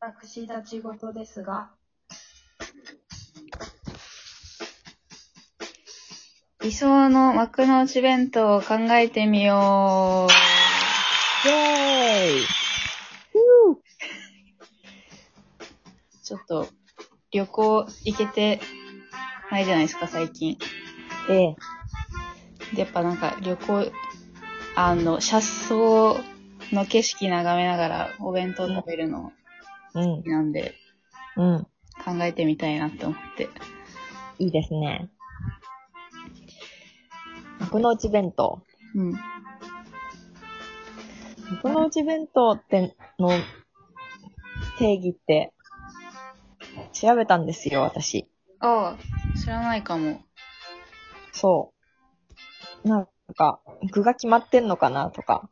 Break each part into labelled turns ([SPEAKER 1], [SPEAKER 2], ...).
[SPEAKER 1] 私たち事ですが、
[SPEAKER 2] 理想の幕の内弁当を考えてみよ
[SPEAKER 3] イェーイ
[SPEAKER 2] う。ちょっと、旅行行けてないじゃないですか、最近。
[SPEAKER 3] ええ。
[SPEAKER 2] でやっぱなんか旅行、あの、車窓の景色眺めながらお弁当食べるの
[SPEAKER 3] うん
[SPEAKER 2] 好き、なんで、
[SPEAKER 3] うん。
[SPEAKER 2] 考えてみたいなって思って。
[SPEAKER 3] いいですね。幕の内弁当。
[SPEAKER 2] うん。
[SPEAKER 3] 幕の内弁当っての定義って調べたんですよ、私。
[SPEAKER 2] ああ、知らないかも。
[SPEAKER 3] そう。なんか、具が決まってんのかなとか。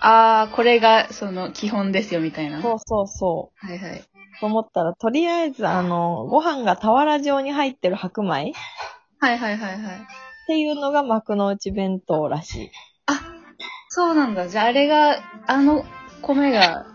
[SPEAKER 2] ああ、これが、その、基本ですよ、みたいな。
[SPEAKER 3] そうそうそ
[SPEAKER 2] はいはい。
[SPEAKER 3] う。と思ったら、とりあえず、あの、ご飯が俵状に入ってる白米っ
[SPEAKER 2] はいはいはいはい。
[SPEAKER 3] ていうのが幕の内弁当らしい。
[SPEAKER 2] あ、そうなんだ。じゃあ、あれが、あの米が、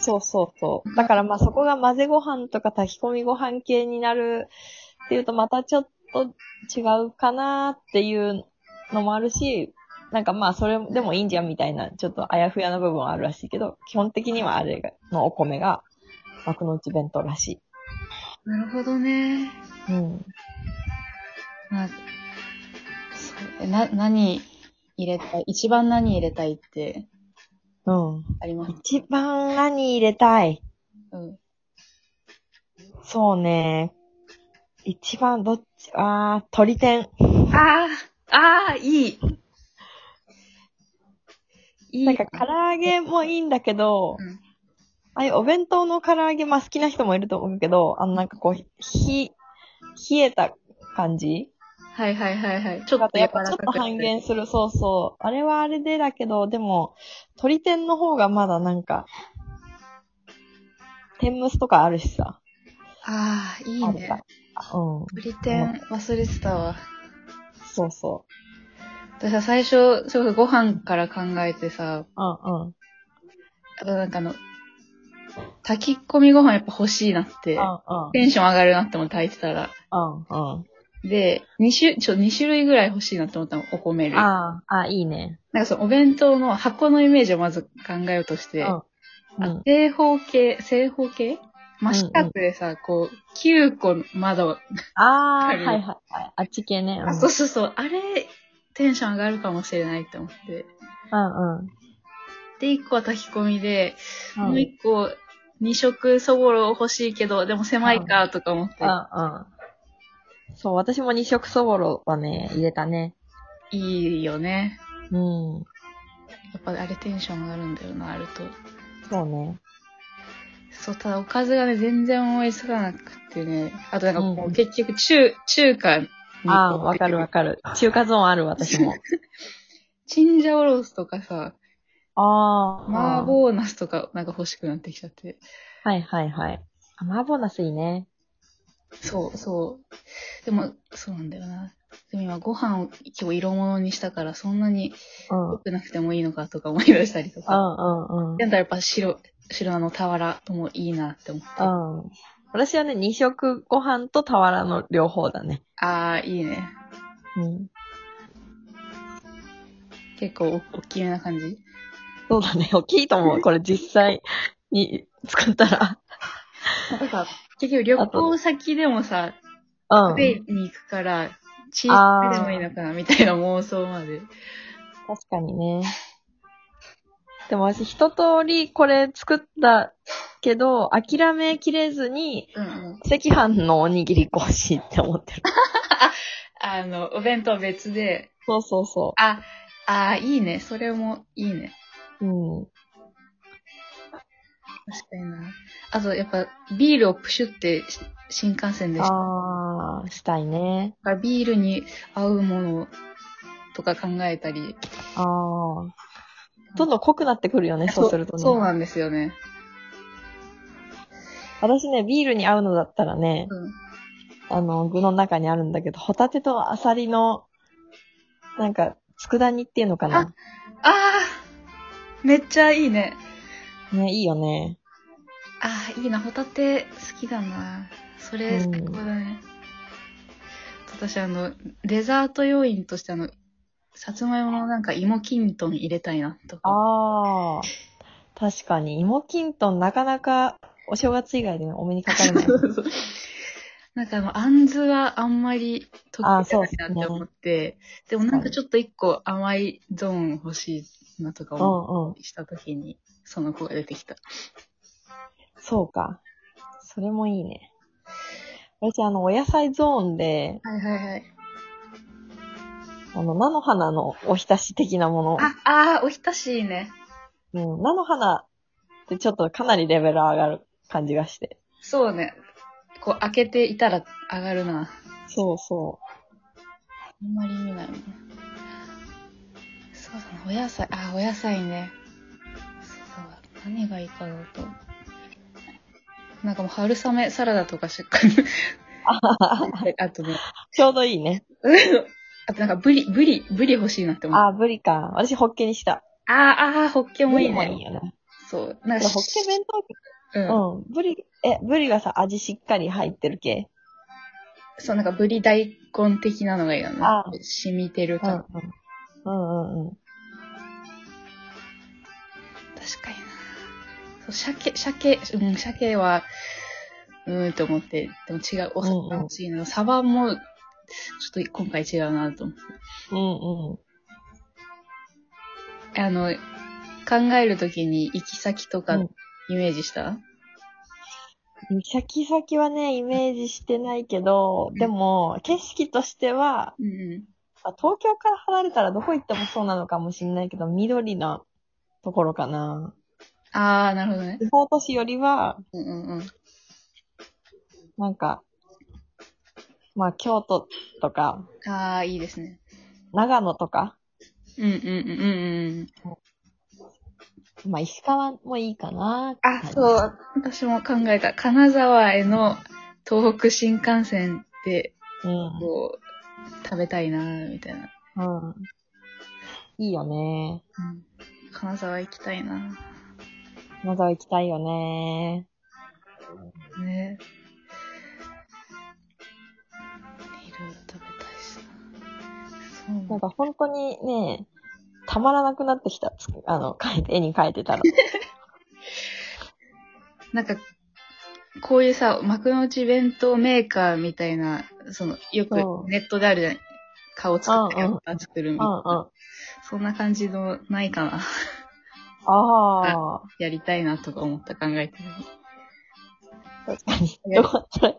[SPEAKER 3] そうそうそう。だからまあそこが混ぜご飯とか炊き込みご飯系になるっていうとまたちょっと違うかなっていうのもあるし、なんかまあそれでもいいんじゃんみたいな、ちょっとあやふやな部分はあるらしいけど、基本的にはあれがのお米が幕の内弁当らし
[SPEAKER 2] なるほどね。
[SPEAKER 3] い。うん。
[SPEAKER 2] まあ、そうえな、何入れたい一番何入れたいって
[SPEAKER 3] うん。
[SPEAKER 2] あります
[SPEAKER 3] 一番何入れたい
[SPEAKER 2] うん。
[SPEAKER 3] そうね。一番どっち、あー、鳥天。
[SPEAKER 2] ああ、ああ、いい。いい。
[SPEAKER 3] なんか唐揚げもいいんだけど、
[SPEAKER 2] うん
[SPEAKER 3] ああいうお弁当の唐揚げ、まあ好きな人もいると思うけど、あのなんかこう、ひ、冷えた感じ
[SPEAKER 2] はいはいはいはい。ちょ
[SPEAKER 3] あ
[SPEAKER 2] っ
[SPEAKER 3] と
[SPEAKER 2] と
[SPEAKER 3] や
[SPEAKER 2] や
[SPEAKER 3] っ
[SPEAKER 2] っ
[SPEAKER 3] ぱ
[SPEAKER 2] ぱ
[SPEAKER 3] ちょっと半減する、そうそう。あれはあれでだけど、でも、鳥天の方がまだなんか、天むすとかあるしさ。
[SPEAKER 2] ああ、いい
[SPEAKER 3] あるか
[SPEAKER 2] ね。
[SPEAKER 3] らうん。
[SPEAKER 2] ブリテン忘れてたわ。
[SPEAKER 3] そうそ
[SPEAKER 2] 私は最初、すごいご飯から考えてさ、
[SPEAKER 3] う。うんうん。
[SPEAKER 2] あとなんかあの、炊き込みご飯やっぱ欲しいなって
[SPEAKER 3] う、ん
[SPEAKER 2] テンション上がるなって思って炊いてたら。
[SPEAKER 3] うん。うんうん。
[SPEAKER 2] で、2種、ちょ、二種類ぐらい欲しいなって思ったの、お米類。なん
[SPEAKER 3] ああ、あいいね。
[SPEAKER 2] かそのお弁当の箱のイメージをまず考えようとして、
[SPEAKER 3] うんうん
[SPEAKER 2] あ。正方形、正方形真四角でさ、こう、9個の窓、
[SPEAKER 3] ああ、は
[SPEAKER 2] わか
[SPEAKER 3] い
[SPEAKER 2] る
[SPEAKER 3] はいはい。あっち系ね。うん
[SPEAKER 2] あそうそうそう、あれ、テンション上がるかもしれないって思って。
[SPEAKER 3] うんうん。
[SPEAKER 2] で、1個は炊き込みで、もう
[SPEAKER 3] うん
[SPEAKER 2] 1個、2色そぼろ欲しいけど、でも狭いか、とか思って、
[SPEAKER 3] うんうん。そう、私も二色そぼろはね、入れたね。
[SPEAKER 2] いいよね。
[SPEAKER 3] うん。
[SPEAKER 2] やっぱあれテンション上がるんだよな、あると。
[SPEAKER 3] そうね。
[SPEAKER 2] そう、ただおかずがね、全然思いつかなくてね。あとなんかも
[SPEAKER 3] う
[SPEAKER 2] うん結局中、中華に。
[SPEAKER 3] ああ、わかるわかる。中華ゾーンある、私も。
[SPEAKER 2] チンジャオロースとかさ、
[SPEAKER 3] ああ。
[SPEAKER 2] 麻婆ナスとかなんか欲しくなってきちゃって。
[SPEAKER 3] はいはいはい。あ麻婆ナスいいね。
[SPEAKER 2] そう、そう。でも、そうなんだよな。でも今ご飯を今日色物にしたからそんなに
[SPEAKER 3] うん。う
[SPEAKER 2] 良
[SPEAKER 3] ん
[SPEAKER 2] くなくてもいいのかとか思い出したりとか。
[SPEAKER 3] うんうん
[SPEAKER 2] で。もやっぱ白、白あの俵もいいなって思って。あ
[SPEAKER 3] うん。私はね、二色ご飯と俵の両方だね。
[SPEAKER 2] あー、いいね。
[SPEAKER 3] うん。
[SPEAKER 2] 結構お大きめな感じ。
[SPEAKER 3] そうだね。大きいと思う。これ実際に作ったら。
[SPEAKER 2] なんか、結局旅行先でもさ、
[SPEAKER 3] う
[SPEAKER 2] 食
[SPEAKER 3] ん。
[SPEAKER 2] べに行くから、チーズでもいいのかなみたいな妄想まで。
[SPEAKER 3] 確かにね。でも私一通りこれ作ったけど、諦めきれずに、
[SPEAKER 2] うんうん。
[SPEAKER 3] 赤飯のおにぎり欲しいって思ってる。
[SPEAKER 2] あの、お弁当別で、
[SPEAKER 3] そうそうそ
[SPEAKER 2] あ、あーいいね。それもいいね。
[SPEAKER 3] う。うん。
[SPEAKER 2] 確かにな。あと、やっぱ、ビールをプシュってし新幹線でし
[SPEAKER 3] あー、したいね。
[SPEAKER 2] た。ビールに合うものとか考えたり。
[SPEAKER 3] あー。どんどん濃くなってくるよね、そうするとね。
[SPEAKER 2] そうなんですよね。
[SPEAKER 3] 私ね、ビールに合うのだったらね、
[SPEAKER 2] うん。
[SPEAKER 3] あの、具の中にあるんだけど、ホタテとアサリの、なんか、佃煮っていうのかな。
[SPEAKER 2] あーめっちゃいいね。
[SPEAKER 3] ね、いいよね。
[SPEAKER 2] あーいいなホタテ好きだなそれ
[SPEAKER 3] うん
[SPEAKER 2] 最高だね、私あのデザート要員としてあのさつまいものなんか芋きんとん入れたいなとか
[SPEAKER 3] ああ。確かに、芋きんとんなかなかお正月以外でお目にかか れない。
[SPEAKER 2] なんかあの、あんずはあんまり得意じゃないなって思って、でもなんかちょっと一個甘いゾーン欲しいなとか
[SPEAKER 3] う
[SPEAKER 2] 思っ
[SPEAKER 3] んうん
[SPEAKER 2] た。りした時に、その子が出てきた。
[SPEAKER 3] そうか。それもいいね。私、あの、お野菜ゾーンで、
[SPEAKER 2] はいはいはい。
[SPEAKER 3] あの、菜の花のおひたし的なも
[SPEAKER 2] あ、あーおひたしいね。
[SPEAKER 3] の。うん。菜の花ってちょっとかなりレベル上がる感じがして。
[SPEAKER 2] そうね。こう開けていたら上がるな。
[SPEAKER 3] そうそ
[SPEAKER 2] あんまり見ないもんね。そうだな、お野菜、あー、お野菜ね。そうだわ、何がいいかなと。なんかもう春雨サラダとかしっかり。あとね、
[SPEAKER 3] う。ちょうどいいね。
[SPEAKER 2] あとなんかブリ、ブリ、ブリ欲しいなって思う。あ
[SPEAKER 3] ああ、ブリか。私、ホッケにした。
[SPEAKER 2] あー、ああ、ホッケもいい
[SPEAKER 3] ブリ
[SPEAKER 2] ね。
[SPEAKER 3] もいいよね。
[SPEAKER 2] そう。なんか
[SPEAKER 3] これホッケ弁当
[SPEAKER 2] うん。
[SPEAKER 3] うん。ブリ、え、ブリがさ、味しっかり入ってる系。
[SPEAKER 2] そう、なんかブリ大根的なのがいいよね
[SPEAKER 3] あ。
[SPEAKER 2] 染みてる
[SPEAKER 3] うんう
[SPEAKER 2] 感
[SPEAKER 3] ん。うんうんうん。
[SPEAKER 2] じ。確かにな。そう、鮭、鮭、うん、鮭は、うーんと思って、でも違う、お
[SPEAKER 3] うんうん
[SPEAKER 2] 魚欲しいな。サバも、ちょっと今回違うなと思って。
[SPEAKER 3] うんう
[SPEAKER 2] あ
[SPEAKER 3] ん。
[SPEAKER 2] の、考えるときに行き先とか
[SPEAKER 3] うん
[SPEAKER 2] イメージした、
[SPEAKER 3] シャキシャキはね、イメージしてないけど、でも、景色としては、
[SPEAKER 2] うん、うん。
[SPEAKER 3] まあ東京から離れたらどこ行ってもそうなのかもしれないけど、緑なところかな。
[SPEAKER 2] ああ、なるほどね。
[SPEAKER 3] 地方都市よりは、
[SPEAKER 2] うんうんうん。
[SPEAKER 3] なんか、まあ、京都とか、
[SPEAKER 2] ああ、いいですね。
[SPEAKER 3] 長野とか、
[SPEAKER 2] うんうんうんうんうん。
[SPEAKER 3] まあ、石川もいいかな。
[SPEAKER 2] あ、そう。私も考えた。金沢への東北新幹線で、
[SPEAKER 3] うん。
[SPEAKER 2] こう、食べたいなみたいな。
[SPEAKER 3] うん。いいよね。
[SPEAKER 2] 金沢行きたいな
[SPEAKER 3] 金沢行きたいよね。
[SPEAKER 2] ねいろいろ食べたいしな。そう
[SPEAKER 3] なん
[SPEAKER 2] な
[SPEAKER 3] か本当にね、たまらなくなってきた。つあの、 描いて、絵に描いて たら。
[SPEAKER 2] なんか、こういうさ、幕の内弁当メーカーみたいな、その、よく
[SPEAKER 3] そう
[SPEAKER 2] ネットであるじゃない。顔作って、
[SPEAKER 3] うんうん
[SPEAKER 2] 顔作るみ
[SPEAKER 3] う
[SPEAKER 2] た
[SPEAKER 3] ん
[SPEAKER 2] いうな。
[SPEAKER 3] ん。
[SPEAKER 2] そんな感じのないかな。
[SPEAKER 3] ああ、
[SPEAKER 2] やりたいなとか思った考えてる。
[SPEAKER 3] 確か に。よかった。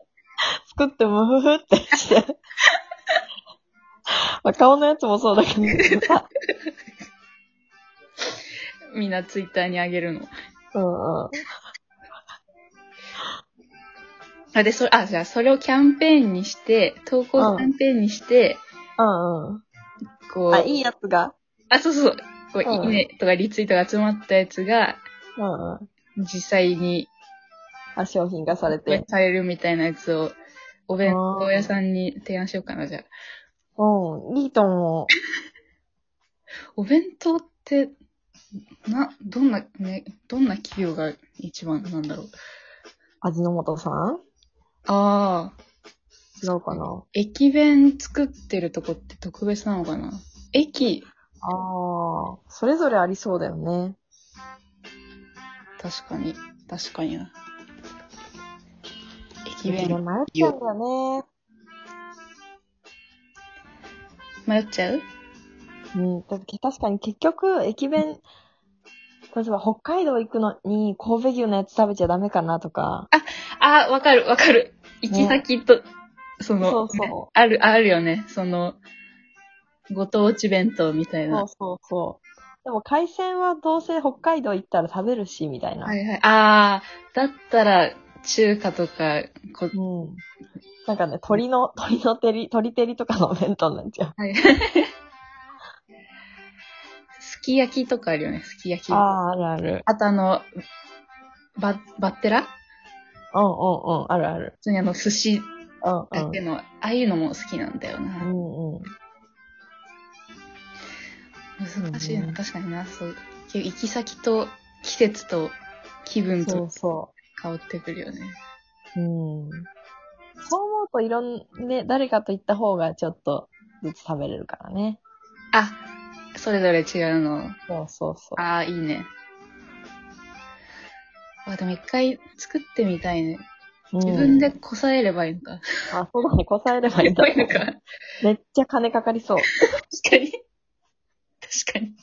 [SPEAKER 3] 作ってムフフって して。まあ、顔のやつもそうだけ どさ。
[SPEAKER 2] みんなツイッターにあげるの。
[SPEAKER 3] うんうん。
[SPEAKER 2] あ、で、それ、あ、じゃあそれをキャンペーンにして、投稿キャンペーンにして、
[SPEAKER 3] うんうん。
[SPEAKER 2] こう、
[SPEAKER 3] あ、いいやつが。
[SPEAKER 2] あそうそう、こう、
[SPEAKER 3] う
[SPEAKER 2] い
[SPEAKER 3] ん
[SPEAKER 2] いねとかリツイートが集まったやつが、
[SPEAKER 3] うんうん。
[SPEAKER 2] 実際に、
[SPEAKER 3] あ、商品化されて。
[SPEAKER 2] されるみたいなやつを、お弁当屋さんに提案しようかな、じゃあ。
[SPEAKER 3] うん、いいと思
[SPEAKER 2] お弁当って、な、どんな、ね、どんな企業が一番なんだろう。
[SPEAKER 3] う。味の素さん
[SPEAKER 2] ああ、
[SPEAKER 3] 違うかな。
[SPEAKER 2] 駅弁作ってるとこって特別なのかな駅、
[SPEAKER 3] ああ、それぞれありそうだよね。
[SPEAKER 2] 確かに、確かにな。駅
[SPEAKER 3] ね迷
[SPEAKER 2] 弁、
[SPEAKER 3] っちゃうんだよね。
[SPEAKER 2] 迷っちゃう
[SPEAKER 3] うん、だって確かに結局、駅弁、例えば北海道行くのに神戸牛のやつ食べちゃダメかなとか、
[SPEAKER 2] あー、わかるわかる。行き先と、その、
[SPEAKER 3] そうそう
[SPEAKER 2] ある、あるよね。その、ご当地弁当みたい
[SPEAKER 3] そ
[SPEAKER 2] な
[SPEAKER 3] う。そうそう。でも海鮮はどうせ北海道行ったら食べるし、みたいな。
[SPEAKER 2] はいはい。あー、だったら、中華とか、こ
[SPEAKER 3] うん。なんかね、鳥の、鳥の照り、鳥照りとかの弁当になっちゃう。
[SPEAKER 2] はい。 すき焼きとかあるよね、すき焼き。あ
[SPEAKER 3] ああ、あるある。
[SPEAKER 2] とあの、ば、バッテラ普
[SPEAKER 3] うんうんうん、あるある。
[SPEAKER 2] 通にあの、寿司
[SPEAKER 3] うん
[SPEAKER 2] だけの、ああいうのも好きなんだよな。
[SPEAKER 3] うん。うんうん。
[SPEAKER 2] 難しいな、
[SPEAKER 3] うん
[SPEAKER 2] 確かになそう行き先と季節と気分
[SPEAKER 3] そ
[SPEAKER 2] と
[SPEAKER 3] うそ
[SPEAKER 2] 香ってくるよね。
[SPEAKER 3] うん。そう思うといろんね、誰かと行った方がちょっとずつ食べれるからね。
[SPEAKER 2] あ、それぞれ違うの。
[SPEAKER 3] そうそうそ
[SPEAKER 2] ああ、いいね。あ、でも一回作ってみたいね。
[SPEAKER 3] う。
[SPEAKER 2] 自分
[SPEAKER 3] う
[SPEAKER 2] で
[SPEAKER 3] ん。
[SPEAKER 2] こさえればいいのか。
[SPEAKER 3] あ、そうだね。こさえればいいんだ
[SPEAKER 2] こさえるか。確
[SPEAKER 3] めっちゃ金かかりそう。
[SPEAKER 2] かに。確かに。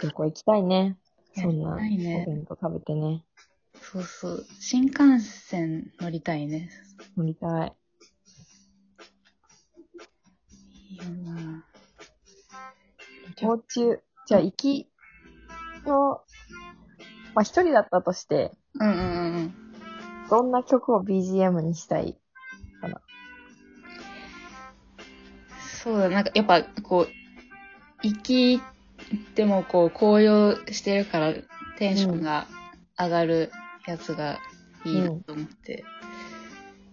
[SPEAKER 3] 旅行行きたいね。そんな、
[SPEAKER 2] 行きたいね
[SPEAKER 3] お弁当食べてね。
[SPEAKER 2] そうそう。新幹線乗りたいね。
[SPEAKER 3] 乗りたい。
[SPEAKER 2] いいよな
[SPEAKER 3] 旅行中、じゃあ行きの、まあ、一人だったとして、
[SPEAKER 2] うんうんうんうん。
[SPEAKER 3] どんな曲を BGM にしたい
[SPEAKER 2] そうだ、なんかやっぱこう、行きでもこう、紅葉してるからテンションが上がるやつがいいなと思って。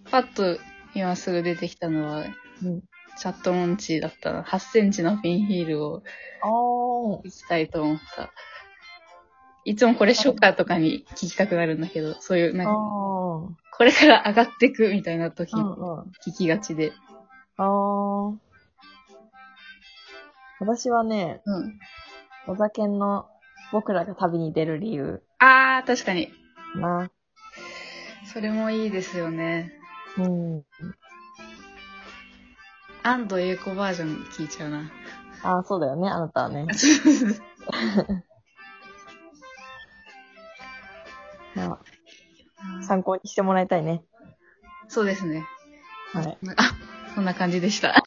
[SPEAKER 2] パッと今すぐ出てきたのは、
[SPEAKER 3] うん。
[SPEAKER 2] チャットモンチーだったな。8センチのフィンヒールを
[SPEAKER 3] あ
[SPEAKER 2] 行きたいと思った。いつもこれ初夏とかに聴きたくなるんだけど、そういう、なん
[SPEAKER 3] あ。
[SPEAKER 2] か、
[SPEAKER 3] ああ。
[SPEAKER 2] これから上がってくみたいな時
[SPEAKER 3] う
[SPEAKER 2] に
[SPEAKER 3] んうん。
[SPEAKER 2] 聴きがちで。
[SPEAKER 3] あー。私はね、
[SPEAKER 2] うん。
[SPEAKER 3] お酒の僕らが旅に出る理由
[SPEAKER 2] あー、確かに。
[SPEAKER 3] かな。
[SPEAKER 2] それもいいですよね。
[SPEAKER 3] うん。
[SPEAKER 2] 安藤英子バージョン聞いちゃうな。
[SPEAKER 3] あー、そうだよね、あなたはね。まあ、参考にしてもらいたいね。
[SPEAKER 2] そうですね。
[SPEAKER 3] はい。
[SPEAKER 2] あ、こんな感じでした。